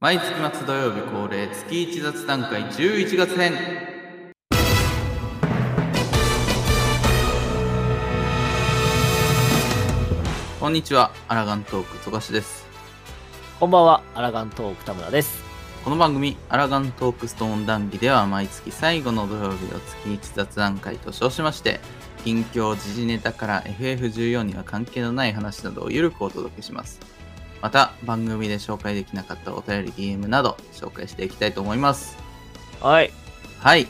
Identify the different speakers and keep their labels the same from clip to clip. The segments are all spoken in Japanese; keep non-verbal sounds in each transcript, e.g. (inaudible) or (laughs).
Speaker 1: 毎月末土曜日恒例月一雑談会11月編こんにちはアラガントーク富樫です
Speaker 2: こんばんは、アラガントーク田村です。
Speaker 1: この番組「アラガントークストーン談義」では毎月最後の土曜日を月一雑談会と称しまして近況時事ネタから FF14 には関係のない話などをゆるくお届けしますまた番組で紹介できなかったお便り DM など紹介していきたいと思います
Speaker 2: はい。
Speaker 1: はい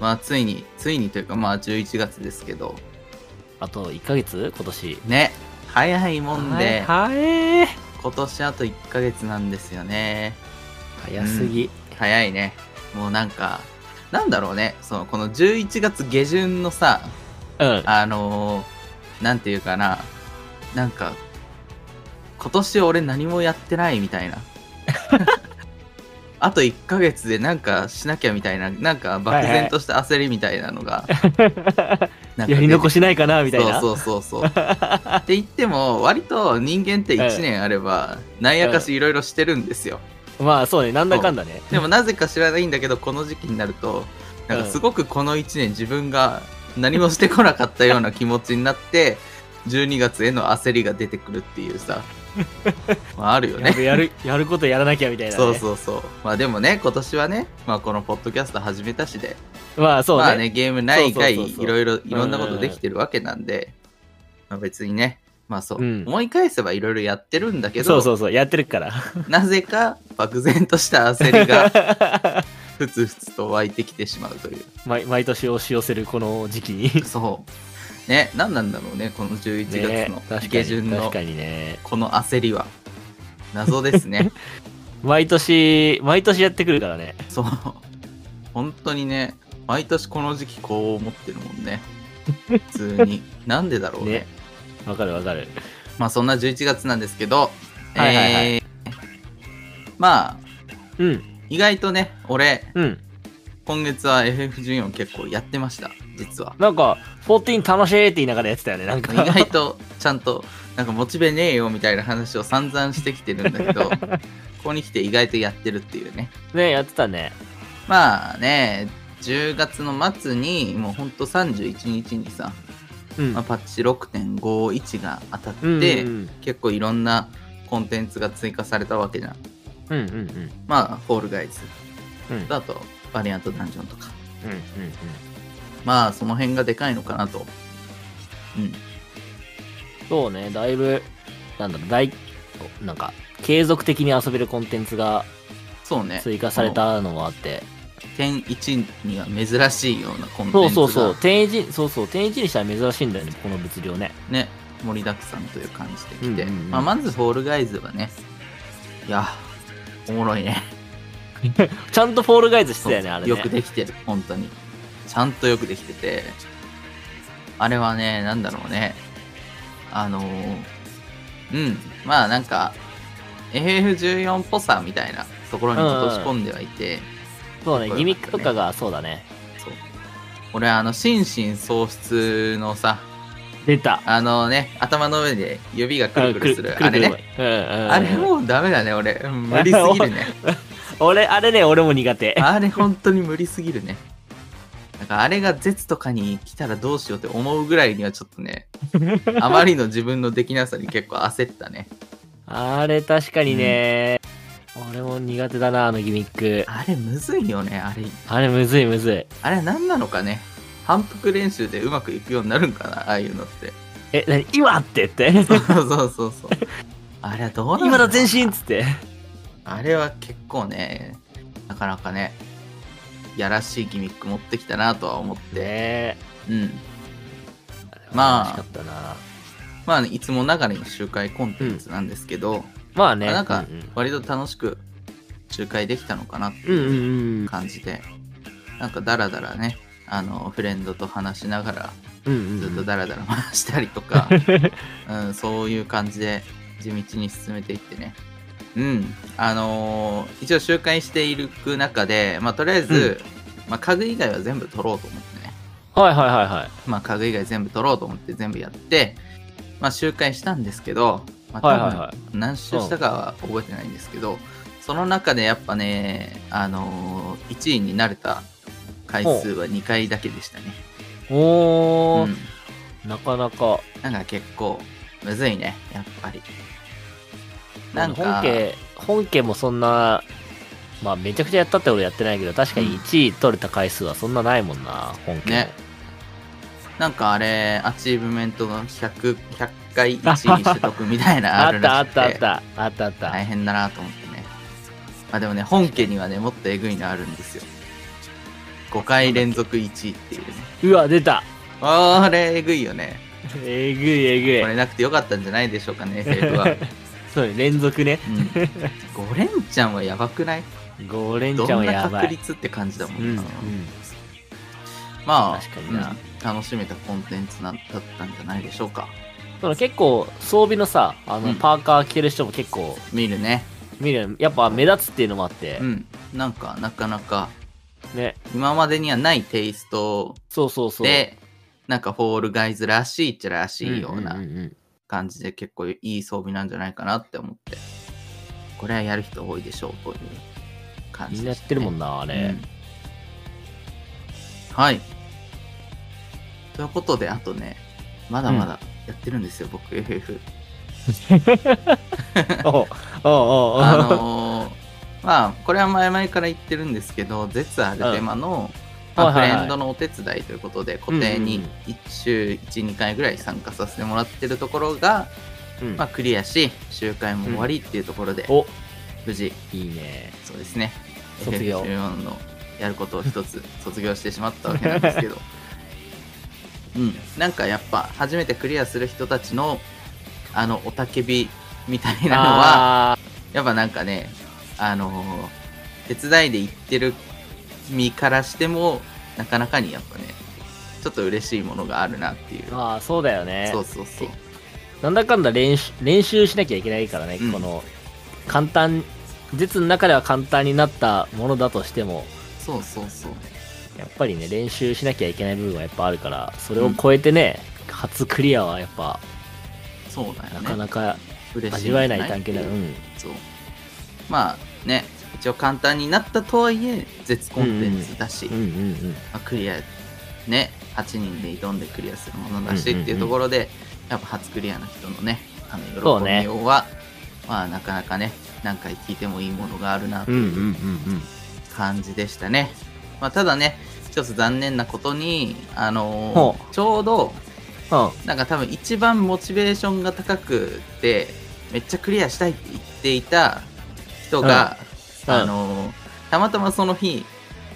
Speaker 1: まあついについにというかまあ11月ですけど
Speaker 2: あと1ヶ月今年。
Speaker 1: ね早いもんで
Speaker 2: はい、はい。
Speaker 1: 今年あと1ヶ月なんですよね
Speaker 2: 早すぎ。
Speaker 1: 早いねもうなんかなんだろうねそのこの11月下旬のさ
Speaker 2: うん。 (laughs)
Speaker 1: あのーなんていうかななんか今年俺何もやってないみた
Speaker 2: (laughs)
Speaker 1: いなあと1ヶ月でなんかしなきゃみたいななんか漠然とした焦りみたいなのが、なんか
Speaker 2: やり残しないかなみたいな。う
Speaker 1: そうそうそうそうって言っても割と人間って1年あればなんやかしいろいろしてるんですよ、
Speaker 2: まあそうね、なんだかんだね。
Speaker 1: でもなぜか知らないんだけどこの時期になるとなんかすごくこの1年自分が何もしてこなかったような気持ちになって12月への焦りが出てくるっていう
Speaker 2: (laughs)
Speaker 1: さまああるよ
Speaker 2: や
Speaker 1: ね
Speaker 2: るやるやることやらなきゃみたいな、ね。
Speaker 1: そうそうそうまあでもね今年はね、まあ、このポッドキャスト始めたしで、
Speaker 2: まあそうね。
Speaker 1: まあねゲームない以外
Speaker 2: そうそうそうそう
Speaker 1: いろいろいろんなことできてるわけなんで、まあ、別にねまあそう、
Speaker 2: うん
Speaker 1: 思い返せばいろいろやってるんだけど
Speaker 2: そうそうそう、やってるから。
Speaker 1: なぜか漠然とした焦りが (laughs) ふつふつと湧いてきてしまうという
Speaker 2: 毎毎年押し寄せるこの時期に。
Speaker 1: そう。ね、何なんだろうね、この11月
Speaker 2: ね
Speaker 1: の
Speaker 2: 確か
Speaker 1: 下
Speaker 2: に
Speaker 1: 旬の
Speaker 2: 確かにね。
Speaker 1: この焦りは。謎です
Speaker 2: (laughs)
Speaker 1: ね。
Speaker 2: 毎年、毎年やってくるからね。
Speaker 1: そう。本当にね、毎年この時期こう思ってるもんね。普
Speaker 2: (laughs)
Speaker 1: 通に。なんでだろうね。
Speaker 2: ね。わかるわかる。
Speaker 1: まあそんな11月なんですけど、
Speaker 2: はいはいはい
Speaker 1: えーまあ
Speaker 2: うん。
Speaker 1: 意外とね、俺、
Speaker 2: うん。
Speaker 1: 今月は FF14 結構やってました、実
Speaker 2: (laughs)
Speaker 1: は。
Speaker 2: なんか、14楽しいって言いながらやってたよね。なんか。
Speaker 1: 意外とちゃんとなんかモチベねえよみたいな話を散々してきてるんだけ
Speaker 2: (laughs)
Speaker 1: どここに来て意外とやってるっていうね
Speaker 2: (laughs) ね、やってたね。
Speaker 1: まあね10月の末にもうほんと31日にさ、
Speaker 2: うん。
Speaker 1: まあ、パッチ6.51が当たって、
Speaker 2: うんうん
Speaker 1: 結構いろんなコンテンツが追加されたわけじゃん
Speaker 2: うんうんうん
Speaker 1: まあホールガイズ
Speaker 2: うん
Speaker 1: とあとバリアントダンジョンとか
Speaker 2: うんうん
Speaker 1: まあその辺がでかいのかなとうん
Speaker 2: そうねだいぶなんだろう大なんか継続的に遊べるコンテンツが
Speaker 1: そうね
Speaker 2: 追加されたのもあって
Speaker 1: 点1には珍しいようなコンテンツが
Speaker 2: そうそうそう点1そうそう点1にしたら珍しいんだよねこの物量ね
Speaker 1: ね盛りだくさんという感じで来て、
Speaker 2: うんうんうん
Speaker 1: まあ、まずホールガイズはねいやおもろいね
Speaker 2: ちゃんとフォールガイズしてたよねあれね
Speaker 1: よくできてる本当にちゃんとよくできててあれはねなんだろうねあのーうんまあなんか FF14 っぽさみたいなところに落とし込んではいて、
Speaker 2: そうね
Speaker 1: かっこよかったね
Speaker 2: ギミックとかがそうだね
Speaker 1: そう俺あの心身喪失のさ
Speaker 2: 出た
Speaker 1: あのね頭の上で指がくるくるするあれね
Speaker 2: うんうんうん
Speaker 1: あれもうダメだね、俺。うん無理すぎるね。
Speaker 2: 俺あれね俺も苦手
Speaker 1: (laughs) あれ本当に無理すぎるね。なんかあれが絶とかに来たらどうしようって思うぐらいにはちょっと
Speaker 2: (laughs)
Speaker 1: ね、あまりの自分のできなさに結構焦ったね。
Speaker 2: あれ確かにね俺も苦手だなあのギミック
Speaker 1: あれむずいよね、あれ。
Speaker 2: あれむずいむずい
Speaker 1: あれ何なのかね。反復練習でうまくいくようになるんかな、ああいうの
Speaker 2: (laughs)
Speaker 1: って。
Speaker 2: え何今ってって (laughs)
Speaker 1: そうそうそうそう。あれはどうなんろう
Speaker 2: 今だ全身っつって
Speaker 1: あれは結構ね、なかなかね、やらしいギミック持ってきたなとは思って。
Speaker 2: ね
Speaker 1: うん。ま
Speaker 2: ま
Speaker 1: あ
Speaker 2: あ。楽しかったな。
Speaker 1: まあ、いつもながらの集会コンテンツなんですけど、
Speaker 2: まあね。
Speaker 1: まあなんか
Speaker 2: うん
Speaker 1: 割と楽しく集会できたのかなって
Speaker 2: うん、うん
Speaker 1: いう
Speaker 2: うん
Speaker 1: 感じで、なんかダラダラね、あの、フレンドと話しながら、
Speaker 2: うんうんうん。
Speaker 1: ずっ
Speaker 2: (laughs)
Speaker 1: とダラダラ回したりとか、うん、そういう感じで地道に進めていってね。うん、あのー一応集会していく中で、まあ、とりあえず、まあ、家具以外は全部取ろうと思ってね。
Speaker 2: はいはいはいはい。
Speaker 1: まあ、家具以外全部取ろうと思って全部やって、まあ、集会したんですけど、まあ、
Speaker 2: はいはい
Speaker 1: 多
Speaker 2: は
Speaker 1: 分何周したかは覚えてないんですけど、その中でやっぱね、あのー、1位になれた回数は2回だけでしたね。う
Speaker 2: おー、
Speaker 1: ん。
Speaker 2: なかなか。
Speaker 1: なんか結構、むずいね、やっぱり。
Speaker 2: な
Speaker 1: なんん
Speaker 2: か
Speaker 1: か、
Speaker 2: 本家、本家もそんな、まあめちゃくちゃやったって俺やってないけど、確かに1位取れた回数はそんなないもんな、本家も。
Speaker 1: ねなんかあれ、アチーブメントの100、100回1位にしてとくみたいな
Speaker 2: (laughs) あ
Speaker 1: あ
Speaker 2: っ
Speaker 1: る
Speaker 2: たあ
Speaker 1: らし
Speaker 2: っ
Speaker 1: くて
Speaker 2: たあった。あったあった。
Speaker 1: 大変だなと思ってね。まあでもね、本家にはね、もっとえぐいのあるんですよ。5回連続1位っていうね。
Speaker 2: うわ、出た。
Speaker 1: あれ、えぐいよね。
Speaker 2: えぐいえ
Speaker 1: こ
Speaker 2: ぐ
Speaker 1: れ
Speaker 2: い。
Speaker 1: なくてよかったんじゃないでしょうかね、FF
Speaker 2: (laughs)
Speaker 1: は。
Speaker 2: そうね、連続ね。
Speaker 1: うん、5連チャンはやばくない
Speaker 2: 5連チャ
Speaker 1: ど
Speaker 2: ンは
Speaker 1: ん
Speaker 2: や
Speaker 1: な
Speaker 2: ば
Speaker 1: 確
Speaker 2: い。
Speaker 1: 率って感じだも
Speaker 2: うん
Speaker 1: ん
Speaker 2: う
Speaker 1: な、
Speaker 2: ん
Speaker 1: まあ
Speaker 2: 確かにな
Speaker 1: うん楽しめたコンテンツなだったんじゃないでしょうか
Speaker 2: その結構装備のさあの、
Speaker 1: うん
Speaker 2: パーカー着てる人も結構
Speaker 1: 見るね
Speaker 2: 見るよねやっぱ目立つっていうのもあって
Speaker 1: う、んなんかなかなか
Speaker 2: ね
Speaker 1: 今までにはないテイスト
Speaker 2: そうそうそう
Speaker 1: でなんかフォールガイズらしいっちゃらしいよう
Speaker 2: うん
Speaker 1: なん
Speaker 2: うん
Speaker 1: 感じで結構いい装備なんじゃないかなって思ってこれはやる人多いでしょうという感
Speaker 2: み
Speaker 1: じ
Speaker 2: んな
Speaker 1: で
Speaker 2: や
Speaker 1: した
Speaker 2: っ
Speaker 1: ね
Speaker 2: てるもんなあれ、
Speaker 1: うんはい。ということで、あとね、まだまだやってるんですよ、僕、FF。
Speaker 2: (laughs) おうおうおう
Speaker 1: あのーまあ、これは前々から言ってるんですけど、絶アルテマの、まあ
Speaker 2: はいはいはい
Speaker 1: フレンドのお手伝いということで、固定
Speaker 2: うん
Speaker 1: に
Speaker 2: うん
Speaker 1: 一週1、2回ぐらい参加させてもらってるところが、
Speaker 2: うん
Speaker 1: まあ、クリアし、集会も終わりっていうところで、
Speaker 2: お
Speaker 1: 無事、
Speaker 2: いい
Speaker 1: (laughs)
Speaker 2: ね
Speaker 1: そうですね。
Speaker 2: (laughs) 卒業
Speaker 1: FF14 のやることを一
Speaker 2: (laughs)
Speaker 1: つ卒業してしまったわけなんですけど。うん。なんかやっぱ、初めてクリアする人たちの、あの、おたけびみたいなのは、
Speaker 2: あ
Speaker 1: やっぱなんかね、あのー手伝いで行ってる身からしても、なかなかにやっぱね、ちょっと嬉しいものがあるなっていう
Speaker 2: ー。まあそうだよね
Speaker 1: そうそうそう。
Speaker 2: なんだかんだ練習練習しなきゃいけないからね、
Speaker 1: うん
Speaker 2: この簡単絶の中では簡単になったものだとしても
Speaker 1: そうそうそう。
Speaker 2: やっぱりね練習しなきゃいけない部分はやっぱあるからそれを超えてね、初クリアはやっぱ
Speaker 1: そうだよね。
Speaker 2: なかなか
Speaker 1: 嬉しいん
Speaker 2: 味
Speaker 1: じゃ
Speaker 2: わえない探検だ、うん、
Speaker 1: そうまあね一応簡単になったとはいえ絶コンテンツだし、
Speaker 2: うんうん
Speaker 1: まあ、クリアね8人で挑んでクリアするものだし
Speaker 2: うんうんうん
Speaker 1: っていうところで、やっぱ初クリアの人のねあの
Speaker 2: そう
Speaker 1: 喜
Speaker 2: ね
Speaker 1: びようはまあなかなかね何回聞いてもいいものがあるなと
Speaker 2: うんうんうん
Speaker 1: いう感じでしたね、まあ、ただね一つ残念なことにあの
Speaker 2: ほ
Speaker 1: ーちょうど
Speaker 2: うん
Speaker 1: なんか多分一番モチベーションが高くてめっちゃクリアしたいって言っていた人が、
Speaker 2: うんうん
Speaker 1: あのーたまたまその日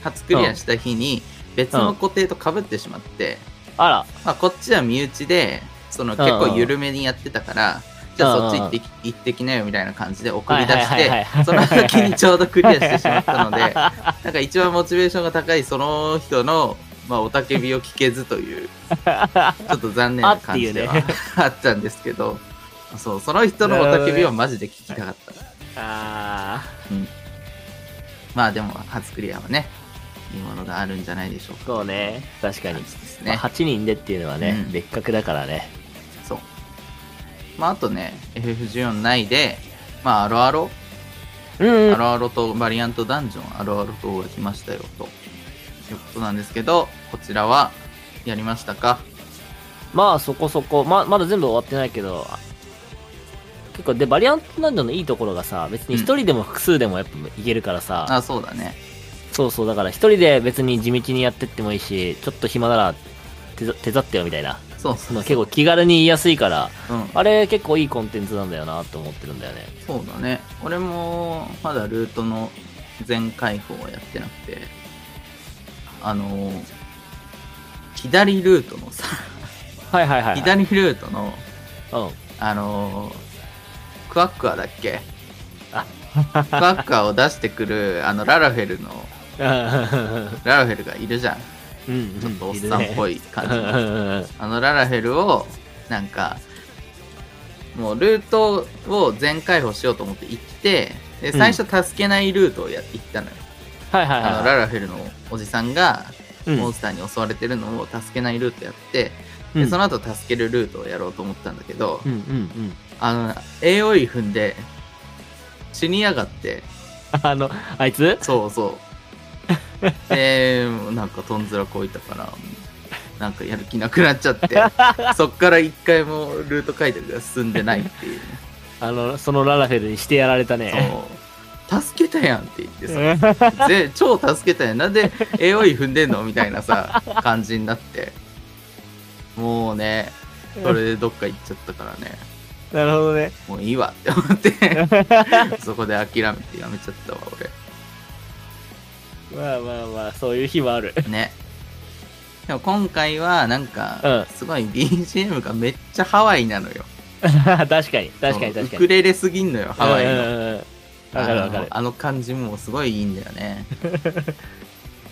Speaker 1: 初クリアした日に別の固定とかぶってしまって、
Speaker 2: あら
Speaker 1: まあ、こっちは身内でその
Speaker 2: うんうん
Speaker 1: 結構緩めにやってたから、じゃあそっち行って
Speaker 2: う
Speaker 1: き行ってきなよみたいな感じで送り出し
Speaker 2: はいはいはい
Speaker 1: て
Speaker 2: はい
Speaker 1: その時にちょうどクリアしてしまったので (laughs) なんか一番モチベーションが高いその人の、まあ、おたけびを聞けずと
Speaker 2: (laughs)
Speaker 1: いうちょっと残念な感じでは
Speaker 2: あってい
Speaker 1: (laughs) あったんですけど、そう、その人のおたけびはマジで聞きたかった。
Speaker 2: (laughs) あ
Speaker 1: まあでも、初クリアはね、いいものがあるんじゃないでしょう
Speaker 2: ー
Speaker 1: か。
Speaker 2: そうね確かに、
Speaker 1: 感じです
Speaker 2: まあ、
Speaker 1: ね。
Speaker 2: 8人でっていうのはね、
Speaker 1: うん
Speaker 2: 別格だからね
Speaker 1: そう。まああとね、FF14 内で、まあアロアロ、
Speaker 2: うん
Speaker 1: アロアロとバリアントダンジョン、アロアロ等が来ましたよ、ということなんですけど、こちらはやりましたか
Speaker 2: まあそこそこままだ全部終わってないけどあ結構でバリアントなんだのいいところがさ別に一人でも複数でもやっぱいけるからさ、
Speaker 1: あ、そうだね。
Speaker 2: そうそうだから一人で別に地道にやってってもいいしちょっと暇なら手伝手伝ってよみたいな
Speaker 1: そうそ
Speaker 2: その
Speaker 1: う
Speaker 2: 結構気軽に言いやすいから
Speaker 1: うん。
Speaker 2: あれ結構いいコンテンツなんだよなと思ってるんだよね
Speaker 1: そうだね俺もまだルートの全開放はやってなくてあの左ルートのさ
Speaker 2: はいはいはい、
Speaker 1: 左ルートの
Speaker 2: うん
Speaker 1: あのクワックアだっけ
Speaker 2: あ
Speaker 1: クワックアを出してくるあのララフェルのララフェルがいるじゃん
Speaker 2: (laughs) うん
Speaker 1: ちょっとおっさんっぽ
Speaker 2: い (laughs)
Speaker 1: い感じ
Speaker 2: るね
Speaker 1: の
Speaker 2: うんうんうん
Speaker 1: あのララフェルをなんかもうルートを全開放しようと思って行ってで最初助けないルートをや行ったのよ、
Speaker 2: はいはい
Speaker 1: あの
Speaker 2: は
Speaker 1: ララフェルのおじさんが
Speaker 2: いうん
Speaker 1: モンスターに襲われてるのを助けないルートやって、
Speaker 2: う
Speaker 1: で
Speaker 2: ん
Speaker 1: その後助けるルートをやろうと思ったんだけど、
Speaker 2: うんうんうん
Speaker 1: あの AOE 踏んで死にやがって
Speaker 2: (laughs) あの、あいつ
Speaker 1: そうそう。で、なんかとんずらこいたから、なんかやる気なくなっちゃって、そっから一回もルート書いてが進んでないっていう、
Speaker 2: あの、そのララフェルにしてやられたね。
Speaker 1: そう。助けたやんって言って
Speaker 2: (laughs)
Speaker 1: さ、ぜ超助けたやん。なんで AOE 踏んでんのみたいなさ、感じになって。もうね、それでどっか行っちゃったからね、
Speaker 2: なるほどね。
Speaker 1: もういいわって思って、そこで諦めてやめちゃったわ、俺。
Speaker 2: まあまあまあ、そういう日はある。 (laughs)
Speaker 1: ねでも今回はなん
Speaker 2: う
Speaker 1: か
Speaker 2: ん
Speaker 1: すごい BGM がめっちゃハワイなのよ
Speaker 2: 確かに、確かに
Speaker 1: その
Speaker 2: 確か
Speaker 1: ウク
Speaker 2: に。
Speaker 1: レレすぎんのよハワイ
Speaker 2: うんう
Speaker 1: の
Speaker 2: んうんうんわかるわか
Speaker 1: あの
Speaker 2: る。
Speaker 1: あの感じもすごいいいんだよ
Speaker 2: (laughs)
Speaker 1: ね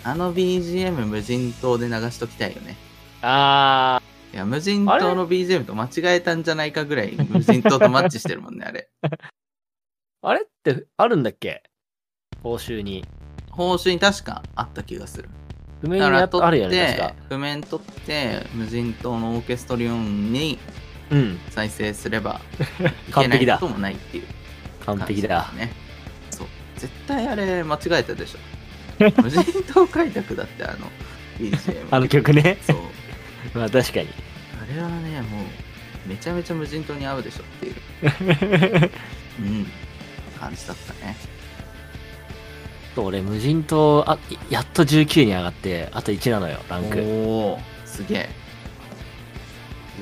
Speaker 1: あの BGM 無人島で流しときたいよね
Speaker 2: あ
Speaker 1: いや無人島の BGM と間違えたんじゃないかぐらい無人島とマッチしてるもんねあれ
Speaker 2: ー、あれってあるんだっけ報酬に。
Speaker 1: 報酬に確かあった気がする
Speaker 2: 不明に
Speaker 1: だか
Speaker 2: あ
Speaker 1: ら
Speaker 2: ある
Speaker 1: 取
Speaker 2: よ
Speaker 1: っ
Speaker 2: ね、
Speaker 1: て
Speaker 2: 確か。
Speaker 1: 譜面取って無人島のオーケストリオンに
Speaker 2: うん、
Speaker 1: 再生すればいけ
Speaker 2: 完
Speaker 1: ない
Speaker 2: 璧だ
Speaker 1: こともないっていう
Speaker 2: 完璧だ
Speaker 1: 感。じねそう絶対あれ間違えたでしょ無人島開拓だってあの BGM
Speaker 2: あの曲ね。
Speaker 1: そう
Speaker 2: まあ確かに。
Speaker 1: あれはねもうめちゃめちゃ無人島に合うでしょっていううん感じだったね
Speaker 2: 俺、無人島、あ、いやっと19に上がって、あと1なのよ、ランク。
Speaker 1: おおすげ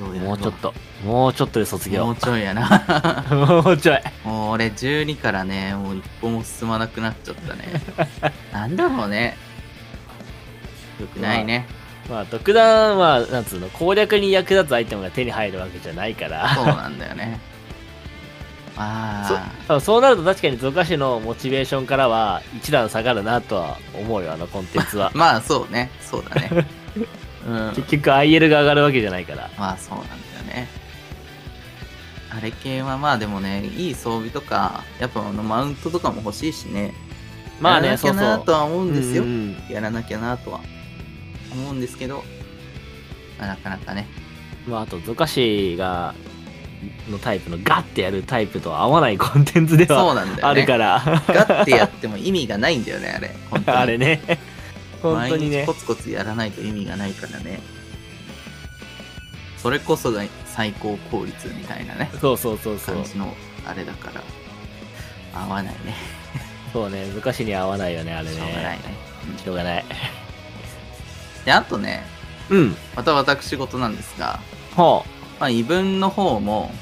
Speaker 1: えよやるわ
Speaker 2: もうちょっと。もうちょっとで卒
Speaker 1: も
Speaker 2: 業
Speaker 1: う。
Speaker 2: (laughs)
Speaker 1: ちょいやな
Speaker 2: もうちょい。
Speaker 1: もう俺12からねもう一歩も進まなくなっちゃった
Speaker 2: (laughs)
Speaker 1: ねなんだろうねよくないね
Speaker 2: まあ、特段は、なんつうの、攻略に役立つアイテムが手に入るわけじゃないから。 (laughs)
Speaker 1: そうなんだよね。あ
Speaker 2: そうそうなると確かにゾカシのモチベーションからは一段下がるなとは思うよ、あのコンテンツは (laughs)
Speaker 1: あ、。まあそうね、そうだね。うん、
Speaker 2: 結局 IL が上がるわけじゃないから。
Speaker 1: まあそうなんだよね。あれ系はまあでもね、いい装備とか、やっぱあのマウントとかも欲しいしね、
Speaker 2: まあね、
Speaker 1: やらなき
Speaker 2: そ
Speaker 1: ゃ
Speaker 2: うそ
Speaker 1: なと
Speaker 2: う。
Speaker 1: は思うんですよ。
Speaker 2: うんうん
Speaker 1: やらなきゃなとは思うんですけど、まあなかなかね、
Speaker 2: まあ、あと、ゾカシが、のタイプのガッてやるタイプとは合わないコンテンツで
Speaker 1: そう
Speaker 2: は
Speaker 1: なんだよね。
Speaker 2: あるから、
Speaker 1: ガッてやっても意味がないんだよね、あれ。本当に
Speaker 2: あれね。本当
Speaker 1: 毎
Speaker 2: に
Speaker 1: 日
Speaker 2: ね
Speaker 1: コ。ツコツやらないと意味がないからねそれこそが最高効率みたいなね
Speaker 2: そうそうそうそう
Speaker 1: 感。じのあれだから合わないね
Speaker 2: そうね、ゾカシには合わないよね、あれね。
Speaker 1: しょうがないね、うん
Speaker 2: しょうがない。
Speaker 1: であとね
Speaker 2: うん。
Speaker 1: また私事なんですが、
Speaker 2: は
Speaker 1: まあ、異文の方も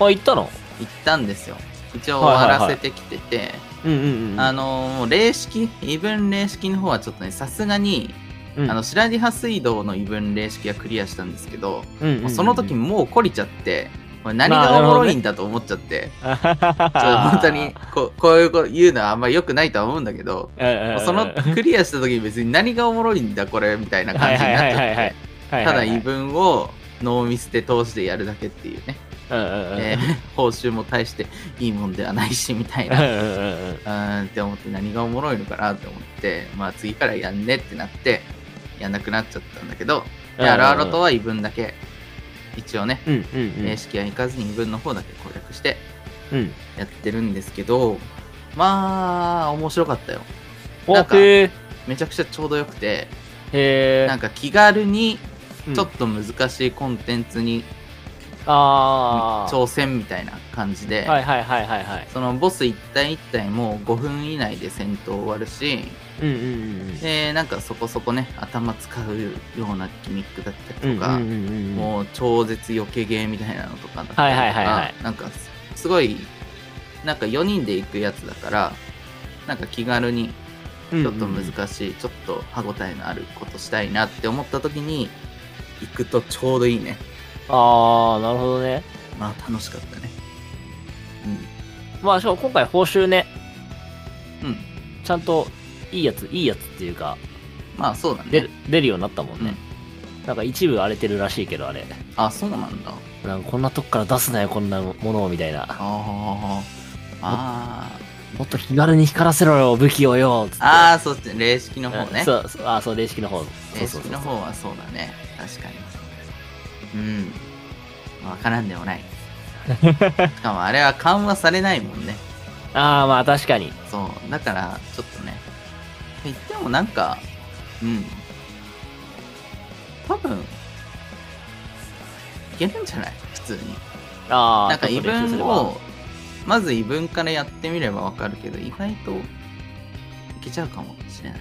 Speaker 2: あ。あ、行ったの
Speaker 1: 行ったんですよ一応
Speaker 2: はいは
Speaker 1: 終
Speaker 2: いはい
Speaker 1: わらせてきてて、
Speaker 2: うんうんうん。
Speaker 1: あ、のーもう例式異文例式の方はちょっとねさすがに、
Speaker 2: うん、
Speaker 1: あの白リハ水道の異文例式はクリアしたんですけど、
Speaker 2: うんうんうん、
Speaker 1: もうその時もう懲りちゃって、これ何がおもろいんだと思 (laughs) っちゃって、
Speaker 2: あははは
Speaker 1: ちょ
Speaker 2: は
Speaker 1: 本当にこうこういうこと言うのはあんま良くないとは思うんだけど、もうそのクリアした時に別に何がおもろいんだこれみたいな感じになっち
Speaker 2: はいはいはいは
Speaker 1: ゃ
Speaker 2: いは
Speaker 1: っ
Speaker 2: い
Speaker 1: て、
Speaker 2: た
Speaker 1: ただ言い分をノーミスで通してやるだけっていうね、
Speaker 2: うんうんうん
Speaker 1: えー報酬も大していいもんではないしみたい
Speaker 2: うん
Speaker 1: な。
Speaker 2: うんうんうん
Speaker 1: うーんって思って何がおもろいのかなって思って、まあ次からやんねってなって、やんなくなっちゃったんだけど、であらあらとは異分だけ、一応ね、
Speaker 2: うんうんうん
Speaker 1: 名式は行かずに二分の方だけ攻略して
Speaker 2: うん
Speaker 1: やってるんですけどまあ面白かったよ
Speaker 2: お
Speaker 1: なんか
Speaker 2: へー
Speaker 1: めちゃくちゃちょうどよくて
Speaker 2: へ
Speaker 1: なんか気軽に
Speaker 2: ー
Speaker 1: ちょっと難しいコンテンツに
Speaker 2: うんああ
Speaker 1: 挑戦みたいな感じで、
Speaker 2: はいはいはいはいはい
Speaker 1: そのボス一体一体もう5分以内で戦闘終わるし
Speaker 2: うんうんうんうん
Speaker 1: でなんかそこそこね頭使うようなギミックだったりとか、
Speaker 2: うんうんうんうん
Speaker 1: もう超絶よけゲーみたいなのとかだったりとか、
Speaker 2: はいはいはいはい
Speaker 1: なんかすすごいなんか4人で行くやつだからなんか気軽に
Speaker 2: うん
Speaker 1: ちょっと難しい、ちょっと歯応えのあることしたいなって思った時に行くとちょうどいいね
Speaker 2: ああなるほどね
Speaker 1: まあ楽しかったね
Speaker 2: まあしかも今回報酬ね
Speaker 1: うんうん
Speaker 2: ちゃんといいやついいやつっていうか
Speaker 1: まあそうだね
Speaker 2: 出る出るようになったもん
Speaker 1: うん
Speaker 2: ね、なんか一部荒れてるらしいけどあれ
Speaker 1: あそうなんだ
Speaker 2: なんかこんなとこから出すなよこんなものをみたいな
Speaker 1: あーあ
Speaker 2: もっと気軽に光らせろよ武器をよつって
Speaker 1: ーあーそっち礼式の方
Speaker 2: う
Speaker 1: ね
Speaker 2: んそうそうあそう霊式の方そう
Speaker 1: 正
Speaker 2: そ
Speaker 1: 式
Speaker 2: うそう
Speaker 1: の方はそうだね確かにうん (laughs) 分からんでもないしかもあれは緩和されないもんね
Speaker 2: ああ、まあ確かに。
Speaker 1: そうだからちょっとね言ってもなんかうん多分いけるんじゃない普通に
Speaker 2: ああ、
Speaker 1: なんか
Speaker 2: ちょ
Speaker 1: 異
Speaker 2: っと練習す
Speaker 1: 文
Speaker 2: れば
Speaker 1: をまず異文からやってみればわかるけど意外といけちゃうかもしれない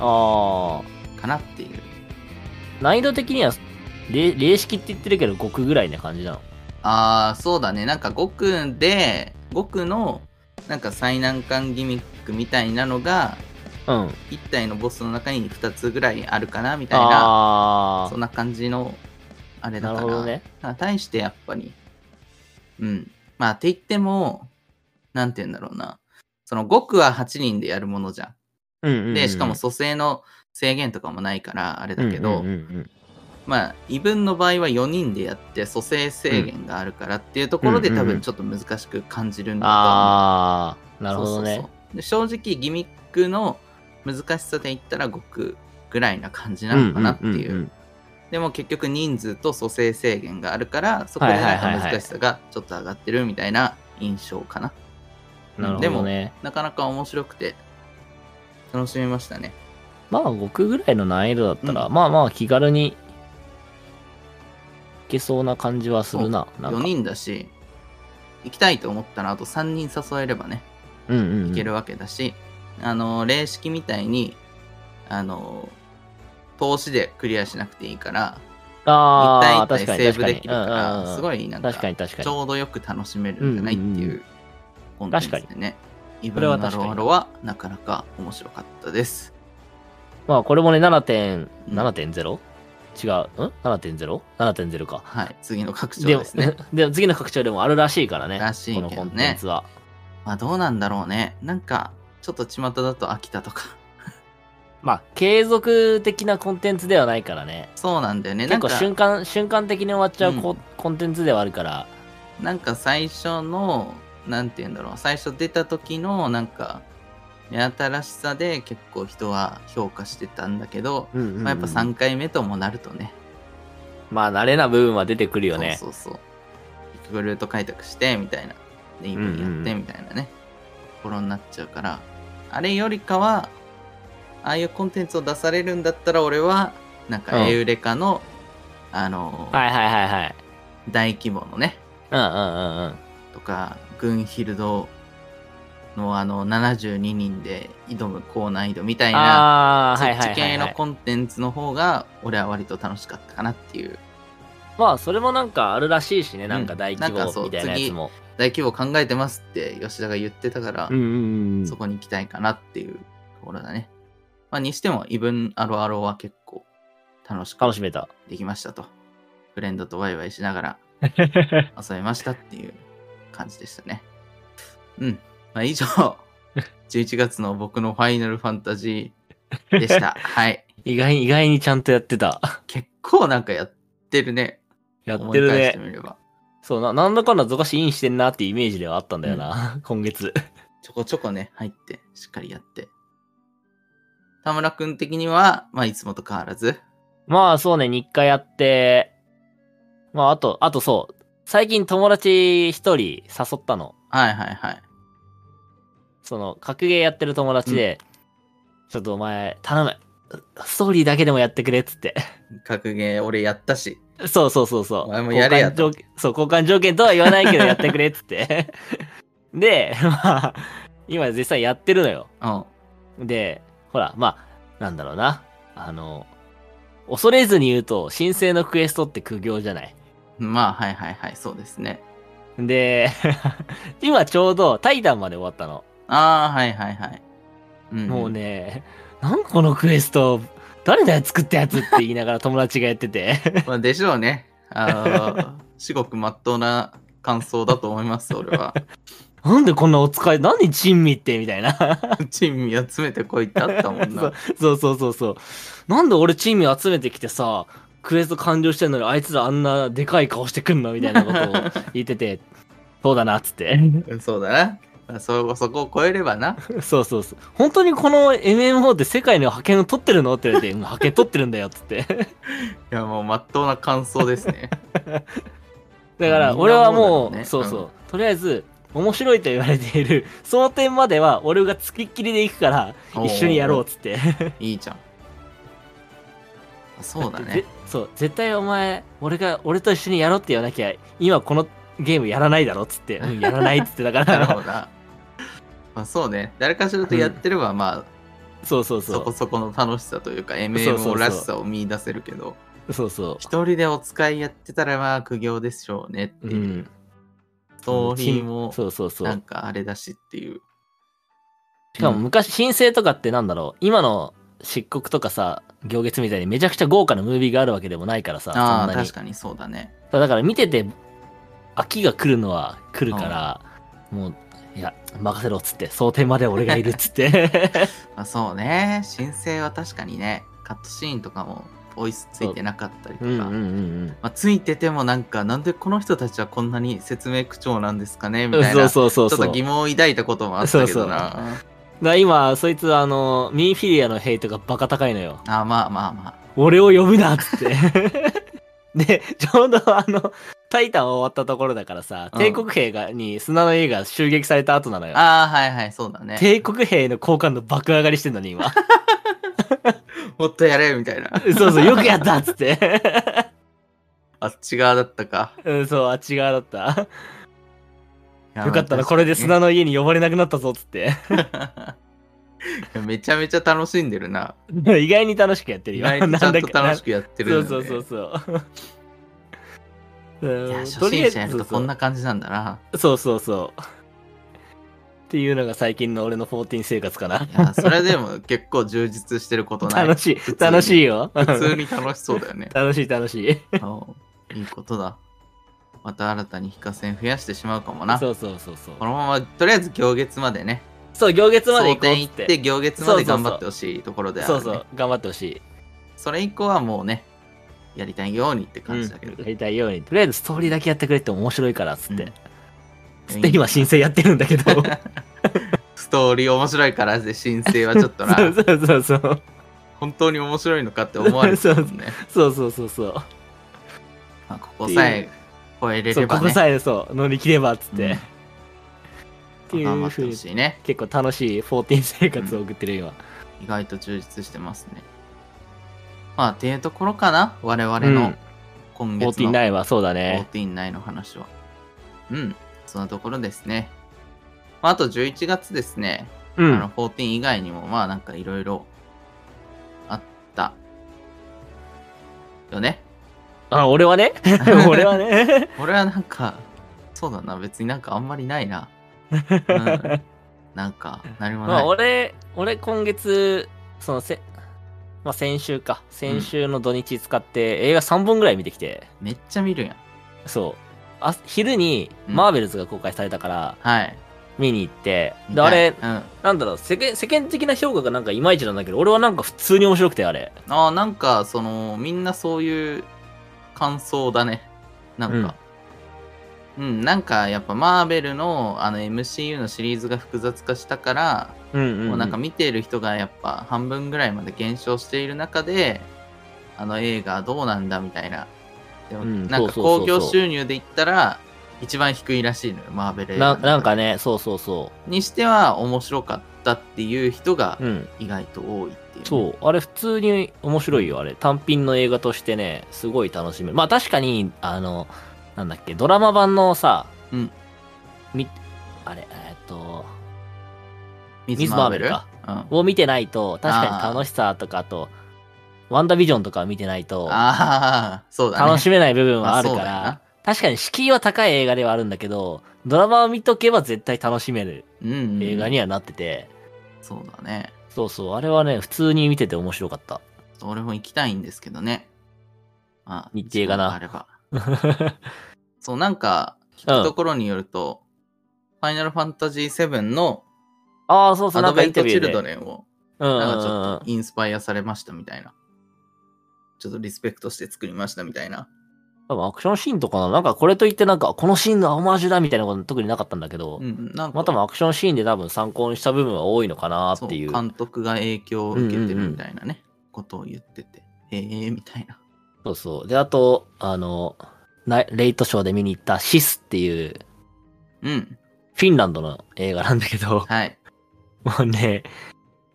Speaker 2: あ
Speaker 1: かなっていう
Speaker 2: あ、難易度的には、れ霊式って言ってるけど、極ぐらいな感じなの。
Speaker 1: ああそうだねなんか5区で5区のなんか最難関ギミックみたいなのが
Speaker 2: うん。
Speaker 1: 1体のボスの中に2つぐらいあるかなみたいな
Speaker 2: あ
Speaker 1: そんな感じのあれ
Speaker 2: あ、
Speaker 1: だ
Speaker 2: な
Speaker 1: か
Speaker 2: る
Speaker 1: ら
Speaker 2: ほどね。
Speaker 1: だから対してやっぱりうんまあって言ってもなんて言うんだろうなその5区は8人でやるものじゃん
Speaker 2: うんうんうん、
Speaker 1: でしかも蘇生の制限とかもないからあれだけど、
Speaker 2: うんうんうん
Speaker 1: まあ異分の場合は4人でやって蘇生制限があるからっていうところで
Speaker 2: うんうん
Speaker 1: 多
Speaker 2: うん
Speaker 1: 分ちょっと難しく感じるんだとは
Speaker 2: ああ、なる
Speaker 1: 思う
Speaker 2: ほどね。
Speaker 1: そうそうそうで正直ギミックの難しさで言ったら5区ぐらいな感じなのかなっていう,、
Speaker 2: んんん
Speaker 1: でも結局人数と蘇生制限があるからそこでなんか難しさがちょっと上がってるみたいな印象かな、
Speaker 2: うんなるほどね。
Speaker 1: なかなか面白くて楽しみましたね
Speaker 2: まあ、極ぐらいの難易度だったら、
Speaker 1: う
Speaker 2: まあまあ、気軽に、いけそうな感じはするな。なんか
Speaker 1: 4人だし行きたいと思ったらあと3人誘えればね
Speaker 2: うんうんうん、
Speaker 1: 行けるわけだし、あの霊式みたいにあの投資でクリアしなくていいから一体
Speaker 2: あ
Speaker 1: 一
Speaker 2: あ、
Speaker 1: 体
Speaker 2: 確かに
Speaker 1: セー
Speaker 2: 確
Speaker 1: ブ
Speaker 2: か
Speaker 1: で
Speaker 2: に。
Speaker 1: きるか
Speaker 2: うんうんう
Speaker 1: ら
Speaker 2: ん
Speaker 1: すごいなんか
Speaker 2: 確かに確か
Speaker 1: ち
Speaker 2: に。
Speaker 1: ょうどよく楽しめるんじゃないって
Speaker 2: うんうん
Speaker 1: いううコンテンツでねイブン
Speaker 2: これは
Speaker 1: の
Speaker 2: 確か
Speaker 1: ロ
Speaker 2: に
Speaker 1: アロはなかなか面白かったです
Speaker 2: まあ、これもね、7.7.0?
Speaker 1: うん
Speaker 2: 違う。ん ?7.0?7.0 か。
Speaker 1: はい次の拡張
Speaker 2: でも (laughs)
Speaker 1: ですね、
Speaker 2: でも次の拡張でもあるらしいからね。
Speaker 1: (laughs) らしいけどね
Speaker 2: このコンテンツは。
Speaker 1: まあどうなんだろうねなんかちょっと巷だと飽きたとか
Speaker 2: まあ、継続的なコンテンツではないからね。
Speaker 1: そうなんだよねなん
Speaker 2: 結構
Speaker 1: か
Speaker 2: 瞬間、瞬間的に終わっちゃうコ,、
Speaker 1: うん
Speaker 2: コンテンツではあるから。
Speaker 1: なんか最初の、なんて言うんだろう、最初出た時の、なんか、目新しさで結構人は評価してたんだけど、
Speaker 2: うんうんうん
Speaker 1: まあ、やっぱ3回目ともなるとね、
Speaker 2: まあ、慣れな部分は出てくるよね。
Speaker 1: そうそうそう。結局ルート開拓して、みたいな。で、今や
Speaker 2: うんうんう
Speaker 1: っ
Speaker 2: ん
Speaker 1: て、みたいなね、ところになっちゃうから、あれよりかは、ああいうコンテンツを出されるんだったら、俺は、なん
Speaker 2: う
Speaker 1: か、
Speaker 2: ん
Speaker 1: エウレカの、あの、
Speaker 2: はいはいはいはい。
Speaker 1: 大規模のね、
Speaker 2: うんうんうんうん。
Speaker 1: とか、軍ヒルドのあの72人で挑む高難易度みたいな、
Speaker 2: ああー、
Speaker 1: そ
Speaker 2: はい
Speaker 1: っ
Speaker 2: はい
Speaker 1: ち
Speaker 2: は
Speaker 1: 系
Speaker 2: い、は
Speaker 1: の
Speaker 2: い。
Speaker 1: コンテンツの方が、俺は割と楽しかったかなっていう。
Speaker 2: まあ、それもなんかあるらしいしね。なんか大規
Speaker 1: なんかそ
Speaker 2: 模
Speaker 1: う
Speaker 2: みたいなやつも。
Speaker 1: 大規模考えてますって吉田が言ってたから、
Speaker 2: うんうんうん
Speaker 1: そこに行きたいかなっていうところだね。まあ、にしても、イブンアロアロは結構楽しく
Speaker 2: 楽しめた。
Speaker 1: できましたと。フレンドとワイワイしながら遊びましたっていう感じでしたね。うん。まあ、以上、11月の僕のファイナルファンタジー (laughs) で
Speaker 2: (laughs)
Speaker 1: した。はい。
Speaker 2: 意外に、意外にちゃんとやってた。
Speaker 1: 結構なんかやってるね。
Speaker 2: やってる
Speaker 1: (laughs) 思い返して
Speaker 2: ね。
Speaker 1: みれば。
Speaker 2: そうな、なんだかんだゾカシインしてんなっていうイメージではあったんだよな。 (laughs) 今月。
Speaker 1: ちょこちょこね、入って、しっかりやって。田村くん的には、まあ、いつもと変わらず。
Speaker 2: まあそうね、日課やって、まああと、あとそう、最近友達一人誘ったの。
Speaker 1: はいはいはい。
Speaker 2: その、格ゲーやってる友達で、ちょっとお前、頼む。ストーリーだけでもやってくれっつって。 (laughs)
Speaker 1: 格ゲー、俺やったし。
Speaker 2: そうそうそうそう。
Speaker 1: お前もやれや
Speaker 2: 交換条件そう、交換条件とは言わないけどやってくれっつって。 (laughs) で、 (laughs) まあ、今実際やってるのよ。
Speaker 1: うん。
Speaker 2: で、ほら、まあ、なんだろうな。あの、恐れずに言うと、神聖のクエストって苦行じゃない。
Speaker 1: まあ、はいはいはい、そうですね。
Speaker 2: で、 (laughs) 今ちょうどタイタンまで終わったの。
Speaker 1: ああ、はいはいはい。うん
Speaker 2: もう。ね、なんかこのクエスト、誰だよ作ったやつって言いながら (laughs) 友達がやってて。 (laughs)
Speaker 1: まあ、でしょうね。あの、至極真っ当な感想だと思います、俺
Speaker 2: (laughs)
Speaker 1: は。
Speaker 2: なんでこんなお使い、なんで珍味ってみたいな。
Speaker 1: 珍味集めてこいってあったもんな。
Speaker 2: (laughs) そうそうそうそう。なんで俺チーム集めてきてさ、クエスト完了してんのにあいつらあんなでかい顔してくんのみたいなことを言ってて、 (laughs) そうだなっつって。
Speaker 1: うんそうだな。まあそそこを超えればな。
Speaker 2: そうそうそう。本当にこの MMO って世界の覇権を取ってるのって言われて、 (laughs) うん覇権取ってるんだよっつって。 (laughs)
Speaker 1: いや、もう真っ当な感想ですね。
Speaker 2: だか
Speaker 1: う
Speaker 2: ら
Speaker 1: ん
Speaker 2: 俺は
Speaker 1: みんなも
Speaker 2: も
Speaker 1: う
Speaker 2: う
Speaker 1: だよね
Speaker 2: そうそう、
Speaker 1: うん
Speaker 2: とりあえず面白いと言われている争点までは俺が付きっきりで行くから
Speaker 1: おー
Speaker 2: (laughs) 一緒にやろうっつって
Speaker 1: いいじゃんあそうだね
Speaker 2: (laughs) ぜそう絶対お前俺が俺と一緒にやろうって言わなきゃ今このゲームやらないだろっ
Speaker 1: (laughs)
Speaker 2: つって、うん、やらないっつってだか
Speaker 1: なるほ
Speaker 2: ら
Speaker 1: どなまあそうね誰かしらとやってれば、まあ
Speaker 2: (laughs) そうそうそ
Speaker 1: そこ
Speaker 2: う
Speaker 1: そこの楽しさというか
Speaker 2: そうそう
Speaker 1: MMO らしさを見出せるけど
Speaker 2: そうそ
Speaker 1: 一人でお使いやってたらまあ苦行でしょうねっ
Speaker 2: う
Speaker 1: て
Speaker 2: う
Speaker 1: いう、
Speaker 2: ん
Speaker 1: ストーリーも
Speaker 2: そうそうそ
Speaker 1: なん
Speaker 2: う
Speaker 1: かあれだしっていう
Speaker 2: しかも
Speaker 1: うん
Speaker 2: 昔申請とかってなんだろう今の漆黒とかさ行月みたいにめちゃくちゃ豪華なムービーがあるわけでもないからさ
Speaker 1: あ
Speaker 2: そ
Speaker 1: あ
Speaker 2: んなに
Speaker 1: 確かにそうだね
Speaker 2: そうだから見てて飽きが来るのは来るから、もういや任せろっつって想定まで俺がいるっつって
Speaker 1: (laughs) まあ、そうね申請は確かにねカットシーンとかもボイスついてなかったりと
Speaker 2: う
Speaker 1: か、
Speaker 2: んうんうんうん
Speaker 1: まあ、ついててもなんかなんでこの人たちはこんなに説明口調なんですかねみたいな
Speaker 2: (laughs) そうそうそうそう
Speaker 1: ちょっと疑問を抱いたこともあったけどな
Speaker 2: そうだから今そいつあのミンフィリアのヘイトがバカ高いのよ
Speaker 1: あまあまあまあ
Speaker 2: 俺を呼ぶなっつって
Speaker 1: (laughs)
Speaker 2: でちょうどあのタイタン終わったところだからさ
Speaker 1: うん
Speaker 2: 帝国兵が、に砂の家が襲撃された後なのよ
Speaker 1: ああはいはいそうだね
Speaker 2: 帝国兵の好感度爆上がりしてんのに
Speaker 1: (laughs)
Speaker 2: 今
Speaker 1: もっとやれみたいな
Speaker 2: そうそうよくやったっつ
Speaker 1: (laughs)
Speaker 2: って
Speaker 1: あっち側だったか
Speaker 2: うんそうあっち側だった
Speaker 1: いや
Speaker 2: よかった
Speaker 1: ま
Speaker 2: な
Speaker 1: あ
Speaker 2: これで
Speaker 1: 確か
Speaker 2: 砂の家に呼ばれなくなったぞっつって
Speaker 1: にねめちゃめちゃ楽しんでるな
Speaker 2: 意外に楽しくやってる
Speaker 1: 意
Speaker 2: よ
Speaker 1: 外にちゃんと楽し
Speaker 2: く
Speaker 1: くやってるよね
Speaker 2: そうそうそう
Speaker 1: いや初心者やる
Speaker 2: そううんとりあえずそう
Speaker 1: と
Speaker 2: そう
Speaker 1: こんな感じなんだな
Speaker 2: そうそうそう。っていうのが最近の俺の14生活かな。
Speaker 1: いやそれでも結構充実してることない
Speaker 2: 楽しい
Speaker 1: 普通、に
Speaker 2: 楽しいよ。
Speaker 1: 普通に楽しそうだよね
Speaker 2: (laughs) 楽しい、楽しい。
Speaker 1: そういいことだまた新たに非課線増やしてしまうかもな
Speaker 2: そうそうそうそう
Speaker 1: こ。のままとりあえず行月までね
Speaker 2: そう、行月まで
Speaker 1: 争
Speaker 2: 行こう
Speaker 1: 点
Speaker 2: っつ
Speaker 1: 行
Speaker 2: っ
Speaker 1: って
Speaker 2: て。
Speaker 1: 行月まで頑張ってほしいところである、
Speaker 2: そ
Speaker 1: ね、
Speaker 2: うそう、頑張ってほしい。
Speaker 1: それ以降はもうねやりたいようにって感じだけど、
Speaker 2: うんやりたいように。とりあえずストーリーだけやってくれって面白いからっつ
Speaker 1: う
Speaker 2: っ
Speaker 1: ん
Speaker 2: て。つって今申請やってるんだけど。
Speaker 1: (laughs)
Speaker 2: そう
Speaker 1: ストーリー面白いからで申請はちょっとな
Speaker 2: そうそうそう。
Speaker 1: 本当に面白いのかって思われてるもんね、
Speaker 2: (laughs) そうそうそうそう。
Speaker 1: まあ、ここさえ超えれ
Speaker 2: そ
Speaker 1: れ
Speaker 2: う、こ
Speaker 1: ば
Speaker 2: こ
Speaker 1: ね
Speaker 2: さえそう、乗り切ればっつっ
Speaker 1: うん
Speaker 2: て。ってい
Speaker 1: 頑張
Speaker 2: う
Speaker 1: って
Speaker 2: ふう
Speaker 1: ほ
Speaker 2: に。
Speaker 1: しいね
Speaker 2: 結構楽しい14生活を送ってる今。
Speaker 1: 意外と充実してますねまあっていうところかな我々
Speaker 2: う
Speaker 1: の
Speaker 2: ん
Speaker 1: 今月の
Speaker 2: 49はそうだね。
Speaker 1: 14内の話はうんそんなところですね、まあ、あと11月ですね、
Speaker 2: う
Speaker 1: あの
Speaker 2: ん。
Speaker 1: 14以外にもまあなんかいろいろあったよね
Speaker 2: あ、
Speaker 1: (laughs)
Speaker 2: 俺はね俺はね
Speaker 1: 俺はなんかそうだな別になんかあんまりない
Speaker 2: (laughs)
Speaker 1: な、うん、なんか何も
Speaker 2: ま
Speaker 1: ない、
Speaker 2: あ俺、俺今月、そのせ、まあ先週か。先週の土日使って映画3本ぐらい見てきて、
Speaker 1: めっちゃ見るやん
Speaker 2: そう。あ昼に
Speaker 1: うん
Speaker 2: マーベルズが公開されたから
Speaker 1: はい
Speaker 2: 見に行って、
Speaker 1: 見
Speaker 2: で、
Speaker 1: たい
Speaker 2: あれ、
Speaker 1: うん、あ
Speaker 2: なんだろう世間、世間的な評価がなんかいまいちなんだけど、俺はなんか普通に面白くて、あれ。
Speaker 1: ーなんかそのみんなそういう感想だねなんかうん、なんかやっぱマーベルのあの MCU のシリーズが複雑化したから、
Speaker 2: うんうん、
Speaker 1: もうなんか見てる人がやっぱ半分ぐらいまで減少している中であの映画どうなんだみたいなでも
Speaker 2: うん
Speaker 1: なんか
Speaker 2: そうそう
Speaker 1: 興
Speaker 2: そうそう
Speaker 1: 行収入で言ったら一番低いらしいのよマーベル映画
Speaker 2: な
Speaker 1: の中で
Speaker 2: なんかね、そうそうそ
Speaker 1: にしては面白かったっていう人が
Speaker 2: う。うん。
Speaker 1: 意外と多いっていうね、
Speaker 2: そう、あれ普通に面白いよ、あれ。単品の映画としてね、すごい楽しめる。まあ確かに、あの、なんだっけ、ドラマ版のさ、
Speaker 1: うん
Speaker 2: み、あれ、えーっと、
Speaker 1: ミ
Speaker 2: ミ
Speaker 1: ス
Speaker 2: ス
Speaker 1: マ
Speaker 2: マ
Speaker 1: ー
Speaker 2: ー
Speaker 1: ベ
Speaker 2: ベ
Speaker 1: ル
Speaker 2: ル
Speaker 1: か
Speaker 2: か、
Speaker 1: うん、あ
Speaker 2: を見てないと、確かに楽しさとか、あと、ワンダービジョンとかを見てないと、
Speaker 1: あーそうだね
Speaker 2: 楽しめない部分はあるか
Speaker 1: まあそうだよな
Speaker 2: ら、確かに敷居は高い映画ではあるんだけど、ドラマを見とけば絶対楽しめる
Speaker 1: うんうん、
Speaker 2: 映画にはなってて、
Speaker 1: そうだね
Speaker 2: そうそう、あれはね、普通に見てて面白かった。 (laughs)
Speaker 1: 俺も行きたいんですけどねまあ
Speaker 2: 日程がな
Speaker 1: 時間あればそうなんか聞くところによると、ファイナルファンタジー7の
Speaker 2: ああ、そうそ
Speaker 1: ア
Speaker 2: う、な
Speaker 1: ド
Speaker 2: んか
Speaker 1: ベ
Speaker 2: イン
Speaker 1: ン
Speaker 2: タ
Speaker 1: ト・
Speaker 2: ビ
Speaker 1: チ
Speaker 2: ュー
Speaker 1: ル
Speaker 2: で。
Speaker 1: ドレンを
Speaker 2: うん
Speaker 1: なんかちょっとインスパイアされましたみたいなちょっとリスペクトして作りましたみたいな
Speaker 2: 多分アクションシーンとかな、なんかこれといってなんか、このシーンのオマージュだみたいなこと特になかったんだけど、
Speaker 1: うんうんなんか
Speaker 2: まあ多分アクションシーンで多分参考にした部分は多いのかな
Speaker 1: そ
Speaker 2: っていう。
Speaker 1: 監督が影響を受けてるみたいなね、ことを言っててへえみたいな
Speaker 2: そうそう。で、あと、あの、なレイトショーで見に行ったシスっていう
Speaker 1: うん
Speaker 2: フィンランドの映画なんだけど、
Speaker 1: はい。
Speaker 2: もうね、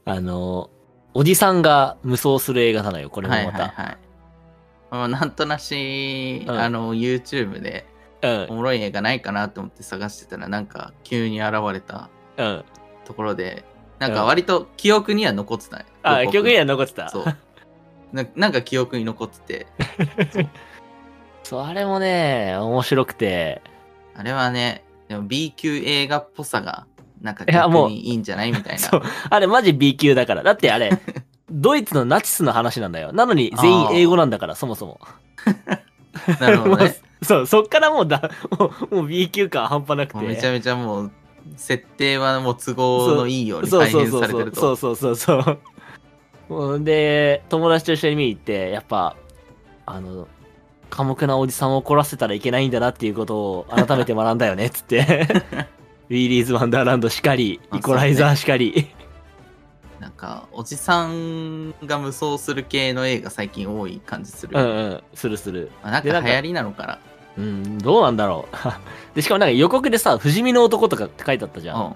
Speaker 2: あの、おじさんが無双する映画なのよ、これも
Speaker 1: はい
Speaker 2: ま
Speaker 1: はい
Speaker 2: た。
Speaker 1: はい。もうなんとなし、
Speaker 2: うん
Speaker 1: あの YouTube でお
Speaker 2: うん、
Speaker 1: もろい映画ないかなと思って探してたらなんか急に現れた
Speaker 2: うん。
Speaker 1: ところでなんか割と記憶には残ってたね
Speaker 2: あ、
Speaker 1: 広告
Speaker 2: 曲には残ってた。
Speaker 1: そうななんか記憶に残ってて
Speaker 2: そう、あれもね、面白くて、
Speaker 1: あれはねでも B 級映画っぽさがなんか
Speaker 2: いや
Speaker 1: 逆
Speaker 2: もう
Speaker 1: にいいんじゃないみたいな
Speaker 2: そうあれマジ B 級だから。だってあ
Speaker 1: (laughs)
Speaker 2: れ、ドイツのナチスの話なんだよ。なのに全員英語なんだから、そもそも。
Speaker 1: なるほど
Speaker 2: (laughs)
Speaker 1: ね
Speaker 2: そう、そっからもうだ、もうもう B 級感半端なくて。
Speaker 1: もうめちゃめちゃもう設定はもう都合のいいように
Speaker 2: そう
Speaker 1: 改
Speaker 2: そう
Speaker 1: 変
Speaker 2: そう
Speaker 1: されてる
Speaker 2: そ
Speaker 1: と
Speaker 2: うそうそうそうほんで友達と一緒に見に行ってやっぱあの寡黙なおじさんを怒らせたらいけないんだなっていうことを改めて学んだ
Speaker 1: (laughs)
Speaker 2: よねっつってウィーリーズ・ワンダーランドしかり
Speaker 1: まあ
Speaker 2: イコライザーしかり、
Speaker 1: なんかおじさんが無双する系の映画最近多い感じする、
Speaker 2: うんうんするする
Speaker 1: まあなんか
Speaker 2: でなんか
Speaker 1: 流行りなのか
Speaker 2: うんどうなんだろう (laughs) でしかもなんか予告でさ「不死身の男」とかって書いてあったじゃ
Speaker 1: なんうん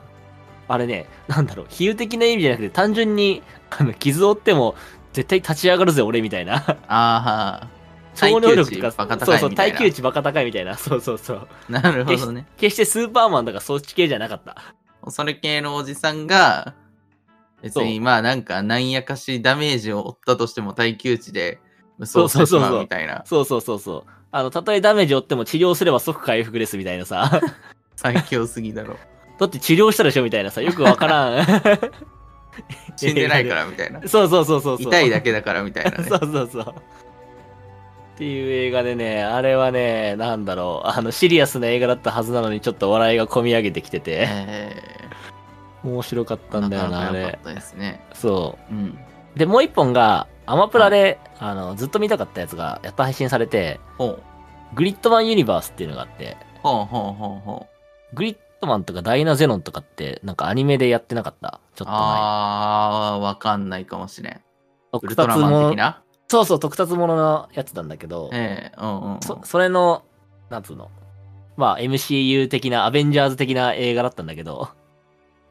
Speaker 2: あれねなんだろう比喩的な意味じゃなくて単純にあの傷を負っても絶対立ち上がるぜ俺みたいな
Speaker 1: あ
Speaker 2: 超能力とか、
Speaker 1: 耐久値バカ高い
Speaker 2: そうそう、
Speaker 1: みたい
Speaker 2: 耐
Speaker 1: な
Speaker 2: 久値バカ高いみたいな、 (laughs) そうそうそ
Speaker 1: あ
Speaker 2: う。
Speaker 1: (laughs) なるほどね
Speaker 2: 決してスーパーマンとかそっち系じゃなかった。
Speaker 1: それ系のおじさんが別にまあなんかなんやかしダメージを負ったとしても耐久値で無双してしまうみたいな
Speaker 2: そうそうそうそう。あの、たとえダメージ負っても治療すれば即回復ですみたいなさ。 (laughs)
Speaker 1: 最強すぎだろ
Speaker 2: だって治療したでしょみたいなさ、よくわから (laughs) ん。
Speaker 1: 死んでないからみたいな
Speaker 2: そうそうそうそうそう。
Speaker 1: 痛いだ
Speaker 2: け
Speaker 1: けだからみたいなね
Speaker 2: (laughs) そうそうそう。っていう映画でね、あれはね、なんだろう、あの、シリアスな映画だったはずなのに、ちょっと笑いが込み上げてきてて、
Speaker 1: え
Speaker 2: 面白かった
Speaker 1: ー、
Speaker 2: んだ
Speaker 1: なか
Speaker 2: よな、
Speaker 1: な
Speaker 2: あ
Speaker 1: か良か
Speaker 2: れ
Speaker 1: っ。たですね
Speaker 2: そう。
Speaker 1: うん
Speaker 2: で、もう一本が、アマプラで、あの、ずっと見たかったやつが、やっと配信されて、
Speaker 1: ほう
Speaker 2: グリッドマンユニバースっていうのがあって、
Speaker 1: ほうほうほうほう
Speaker 2: グリッドマンとかダイナゼノンとかって、なんかアニメでやってなかった。ちょっと前。
Speaker 1: あーわかんないかもしれんウ
Speaker 2: 特
Speaker 1: ルト
Speaker 2: 撮
Speaker 1: ラ
Speaker 2: も
Speaker 1: マン的
Speaker 2: の、
Speaker 1: な
Speaker 2: そうそう、特撮もののやつなんだけど、
Speaker 1: ええうんうんうん
Speaker 2: そ、それの、なんつうの、まあ、MCU 的な、アベンジャーズ的な映画だったんだけど、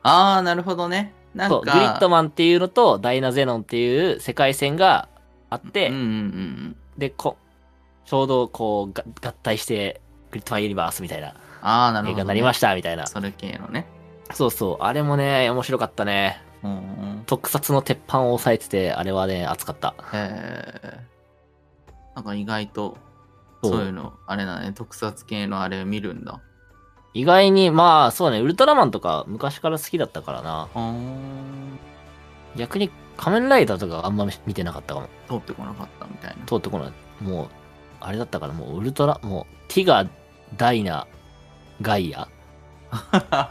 Speaker 1: ああなるほどねなん
Speaker 2: そ
Speaker 1: か
Speaker 2: う、グリッドマンっていうのと、ダイナゼノンっていう世界線があって、
Speaker 1: うんうんうん
Speaker 2: で、こ、ちょうどこう、が合体して、グリッドマンユニバースみたいな。
Speaker 1: うんああなる
Speaker 2: 映
Speaker 1: ほど、
Speaker 2: 画になりましたみたいな。
Speaker 1: それ系のね
Speaker 2: そうそう。あれもね、面白かったね。
Speaker 1: うんうん
Speaker 2: 特撮の鉄板を抑えてて、あれはね、熱かった。
Speaker 1: えー、なんか意外とそういうのあれだね特撮系のあれ見るんだ
Speaker 2: 意外に、まあそうね、ウルトラマンとか昔から好きだったからな。
Speaker 1: ほーん
Speaker 2: 逆に仮面ライダーとかあんま見てなかったかも。
Speaker 1: 通ってこなかったみたいな
Speaker 2: 通ってこない。もう、あれだったから、もうウルトラ、もう、ティガ、ダイナ、ガイア。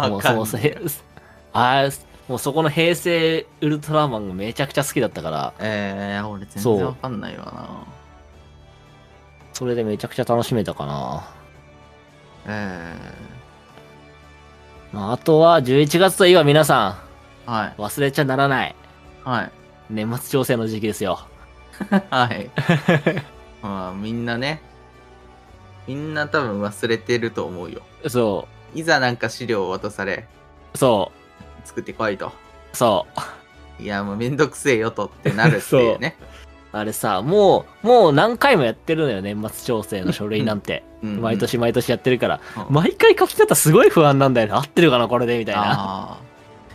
Speaker 2: もうそもそも、へ (laughs) あーもうそこの平成ウルトラマンがめちゃくちゃ好きだったから、
Speaker 1: えー、俺全
Speaker 2: そう
Speaker 1: 然わかんないわ
Speaker 2: それでめちゃくちゃ楽しめたかな。
Speaker 1: なえ
Speaker 2: まあ、あとは11月といえば皆さ
Speaker 1: ー、はい
Speaker 2: ん、忘れちゃならない。
Speaker 1: はい
Speaker 2: 年末調整の時期ですよ。 (laughs)
Speaker 1: はいまあみんなねみんな多分忘れてると思うよ
Speaker 2: そ
Speaker 1: いざなんか資料を渡され
Speaker 2: う、そ
Speaker 1: 作ってこいと
Speaker 2: う、そう。
Speaker 1: いやもうめんどくせえよとってなるっていう
Speaker 2: (laughs)
Speaker 1: ね
Speaker 2: あれさ、もう、もう何回もやってるのよ、年末調整の書類なんて。
Speaker 1: うんうん
Speaker 2: 毎年毎年やってるから。
Speaker 1: うん
Speaker 2: 毎回書き方すごい不安なんだよね。合ってるかな、これで、みたいな。
Speaker 1: あ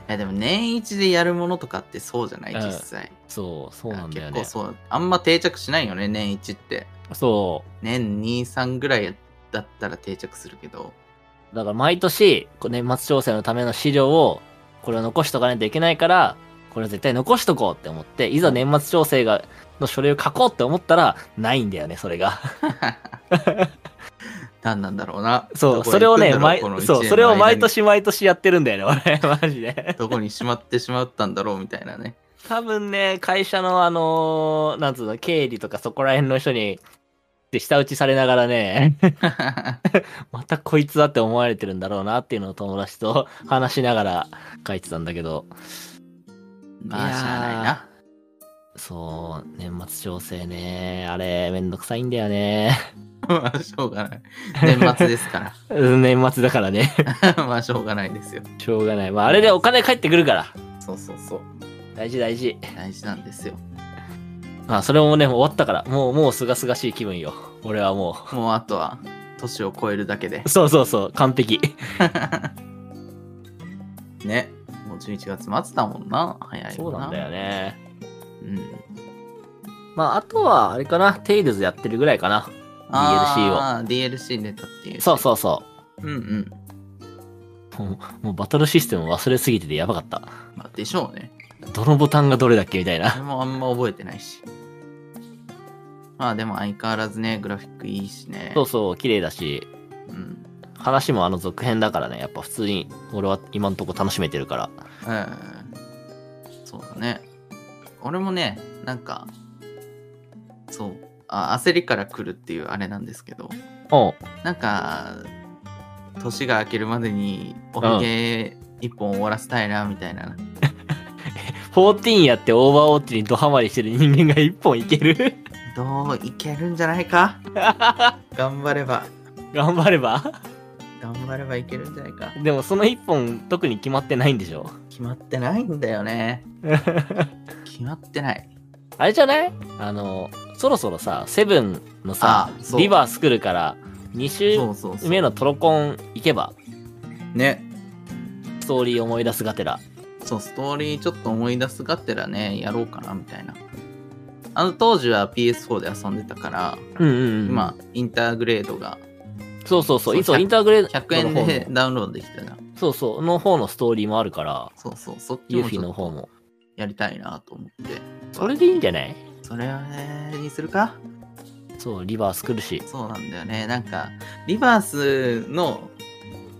Speaker 1: ーいやでも年一でやるものとかってそうじゃない
Speaker 2: うん
Speaker 1: 実際、
Speaker 2: そう、そうなんだよね。
Speaker 1: 結構そうあんま定着しないよね年一って
Speaker 2: そ
Speaker 1: 年23ぐらいだったら定着するけど
Speaker 2: う。だから毎年、こう年末調整のための資料を、これを残しとかないといけないから、これは絶対残しとこうって思って、いざ年末調整が、の書類を書こうって思ったら、ないんだよね、それ
Speaker 1: (laughs)
Speaker 2: が。
Speaker 1: 何なんだろうな
Speaker 2: そ
Speaker 1: ど
Speaker 2: う、
Speaker 1: こへ
Speaker 2: それをね、
Speaker 1: 行くんだろ
Speaker 2: 毎
Speaker 1: この、一
Speaker 2: そう、
Speaker 1: 年
Speaker 2: それ
Speaker 1: の間
Speaker 2: を
Speaker 1: に
Speaker 2: 毎年毎年やってるんだよね、俺、 (laughs) マジで。
Speaker 1: どこにしまってしまったんだろうみたいなね
Speaker 2: 多分ね、会社のあのーなんつうの、経理とかそこら辺の人に、で、下打ちされながらね、 (laughs)
Speaker 1: (laughs)
Speaker 2: またこいつだって思われてるんだろうなっていうのを友達と話しながら書いてたんだけど、
Speaker 1: まあしゃあないな
Speaker 2: そう、年末調整ね。あれ、めんどくさいんだよね。 (laughs)
Speaker 1: (laughs) まあしょうがない年末ですか
Speaker 2: うん年末だからね。 (laughs)
Speaker 1: ら (laughs) まあしょうがないですよ
Speaker 2: しょうがない。まあ、あれでお金返ってくるから。
Speaker 1: そうそうそう
Speaker 2: 大事大事。
Speaker 1: 大事なんですよ
Speaker 2: まあ、それもね、もう終わったから。もう、もうすがすがしい気分よ。俺はも
Speaker 1: もうあとは年を超えるだけで
Speaker 2: う。そうそうそう、完璧。
Speaker 1: ねもう11月末だもんな早いよな
Speaker 2: そうなんだよね。
Speaker 1: うん、
Speaker 2: まあ、あとは、あれかな。テイルズやってるぐらいかな。DLC を
Speaker 1: あー DLC 出たっていう
Speaker 2: そうそうそ
Speaker 1: うんうん、
Speaker 2: う。もう、もうバトルシステム忘れすぎててやばかった。
Speaker 1: まあ、でしょうね
Speaker 2: どのボタンがどれだっけみたい
Speaker 1: 俺
Speaker 2: な。
Speaker 1: もあんま覚えてないしまあでも相変わらずねグラフィックいいしね
Speaker 2: そうそう、綺麗だし、
Speaker 1: うん
Speaker 2: 話もあの続編だからね、やっぱ普通に俺は今んとこ楽しめてるから。
Speaker 1: うんそうだね俺もねなんかそうあ焦りから来るっていうあれなんですけど
Speaker 2: おう
Speaker 1: なんか年が明けるまでにおひげ一本終わらせたいなみたいな、
Speaker 2: 14やってオーバーウォッチにドハマりしてる人間が一本いける (laughs)
Speaker 1: どういけるんじゃないか頑張れば
Speaker 2: 頑張れば
Speaker 1: 頑張ればいけるんじゃないか
Speaker 2: でもその一本特に決まってないんでしょ
Speaker 1: 決まってないんだよね決まってない
Speaker 2: あれじゃないあの、そろそろさ、セブンのさ
Speaker 1: あ、そう
Speaker 2: リバース来るから、
Speaker 1: そ
Speaker 2: 2
Speaker 1: うそうそ
Speaker 2: 週
Speaker 1: う
Speaker 2: 目のトロコン行けば、
Speaker 1: ね
Speaker 2: ストーリー思い出すがてら。
Speaker 1: そうストーリーちょっと思い出すがてらねやろうかなみたいなあの当時は PS4 で遊んでたから、
Speaker 2: うんうん、うん。
Speaker 1: 今インターグレードが
Speaker 2: そうそうそう、いつも
Speaker 1: そう
Speaker 2: インターグレードの
Speaker 1: 100円
Speaker 2: 方の
Speaker 1: でダウンロードできたじゃん
Speaker 2: そうそう、の方のストーリーもあるから、
Speaker 1: そうそうそっち
Speaker 2: ユー
Speaker 1: も
Speaker 2: フ
Speaker 1: ち
Speaker 2: ィ
Speaker 1: ょ
Speaker 2: の
Speaker 1: っと
Speaker 2: 方も。
Speaker 1: やりたいなと思って
Speaker 2: それでいいんじゃない
Speaker 1: それはねにするか
Speaker 2: そう、リバース来るし。
Speaker 1: そうなんだよねなんかリバースの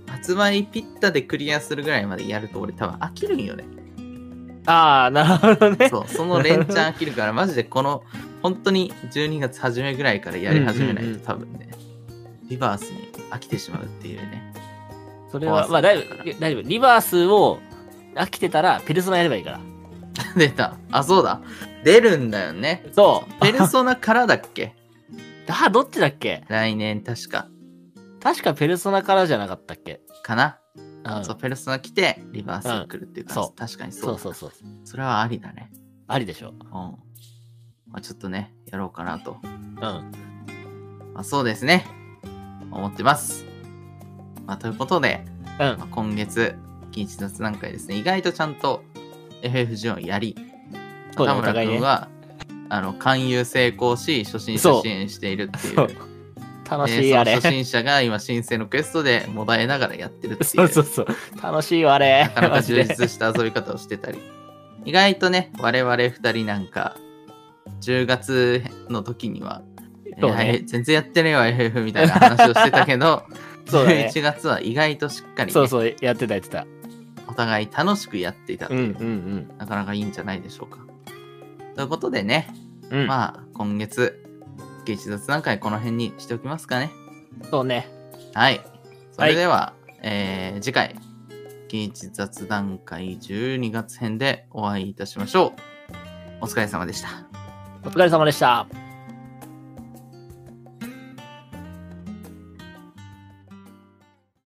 Speaker 1: 発売ピッタでクリアするぐらいまでやると俺多分飽きるんよね
Speaker 2: ああ、なるほどね。
Speaker 1: そうその連チャン飽きるからマジでこの本当に12月初めぐらいからやり始めな
Speaker 2: うん
Speaker 1: い
Speaker 2: うんう
Speaker 1: と
Speaker 2: ん
Speaker 1: 多分ねリバースに飽きてしまうっていうね (laughs)
Speaker 2: それは、ま
Speaker 1: 怖
Speaker 2: あ、
Speaker 1: い
Speaker 2: だいぶ、いや大丈夫。リバースを飽きてたら、ペルソナやればいいから。
Speaker 1: 出たあそうだ出るんだよね
Speaker 2: そう。
Speaker 1: ペルソナからだっけ (laughs)
Speaker 2: ああ、どっちだっけ
Speaker 1: 来年確か
Speaker 2: 確かペルソナからじゃなかったっけ
Speaker 1: かな、
Speaker 2: うん
Speaker 1: そうペルソナ来てリバースに来るっていう感じ、
Speaker 2: うん
Speaker 1: 確かにそう
Speaker 2: そ
Speaker 1: だ
Speaker 2: うそうそう。
Speaker 1: それはありだね
Speaker 2: ありでしょ。
Speaker 1: うん、まあ、ちょっとねやろうかなと、
Speaker 2: うん。
Speaker 1: まあ、そうですね思ってます、まあ、ということで、
Speaker 2: うん
Speaker 1: ま。あ、今月近日雑談会ですね意外とちゃんと FF14 やり
Speaker 2: そうね
Speaker 1: 田
Speaker 2: お
Speaker 1: 村
Speaker 2: 互い
Speaker 1: 君
Speaker 2: ね
Speaker 1: は、あの勧誘成功し初心者
Speaker 2: そう
Speaker 1: 支援しているっていう
Speaker 2: そう楽し
Speaker 1: で
Speaker 2: い、
Speaker 1: その
Speaker 2: あれ。
Speaker 1: 初心者が今申請のクエストでもだえながらやってるっていう
Speaker 2: そうそうそう。楽しいわ、あれ。
Speaker 1: なかなか
Speaker 2: マジ
Speaker 1: 充
Speaker 2: で
Speaker 1: 実した遊び方をしてたり意外とね我々2人なんか10月の時には、え
Speaker 2: そうね
Speaker 1: はい全然やってねえわ FF みたいな話をしてたけど、
Speaker 2: (laughs) (laughs) そうだね
Speaker 1: 11月は意外としっかりね、
Speaker 2: そうそう、やってた、やってた。
Speaker 1: お互い楽しくやっていたと
Speaker 2: うん
Speaker 1: いうう、
Speaker 2: ん
Speaker 1: なかなかいいんじゃないでしょうかということでね、
Speaker 2: うん。うん。まあ、
Speaker 1: まあ今月月一雑談会この辺にしておきますかね
Speaker 2: そうね。
Speaker 1: はい。それでは、えー次回、現一雑談会12月編でお会いいたしましょう。お疲れ様でした。
Speaker 2: お疲れ様でした。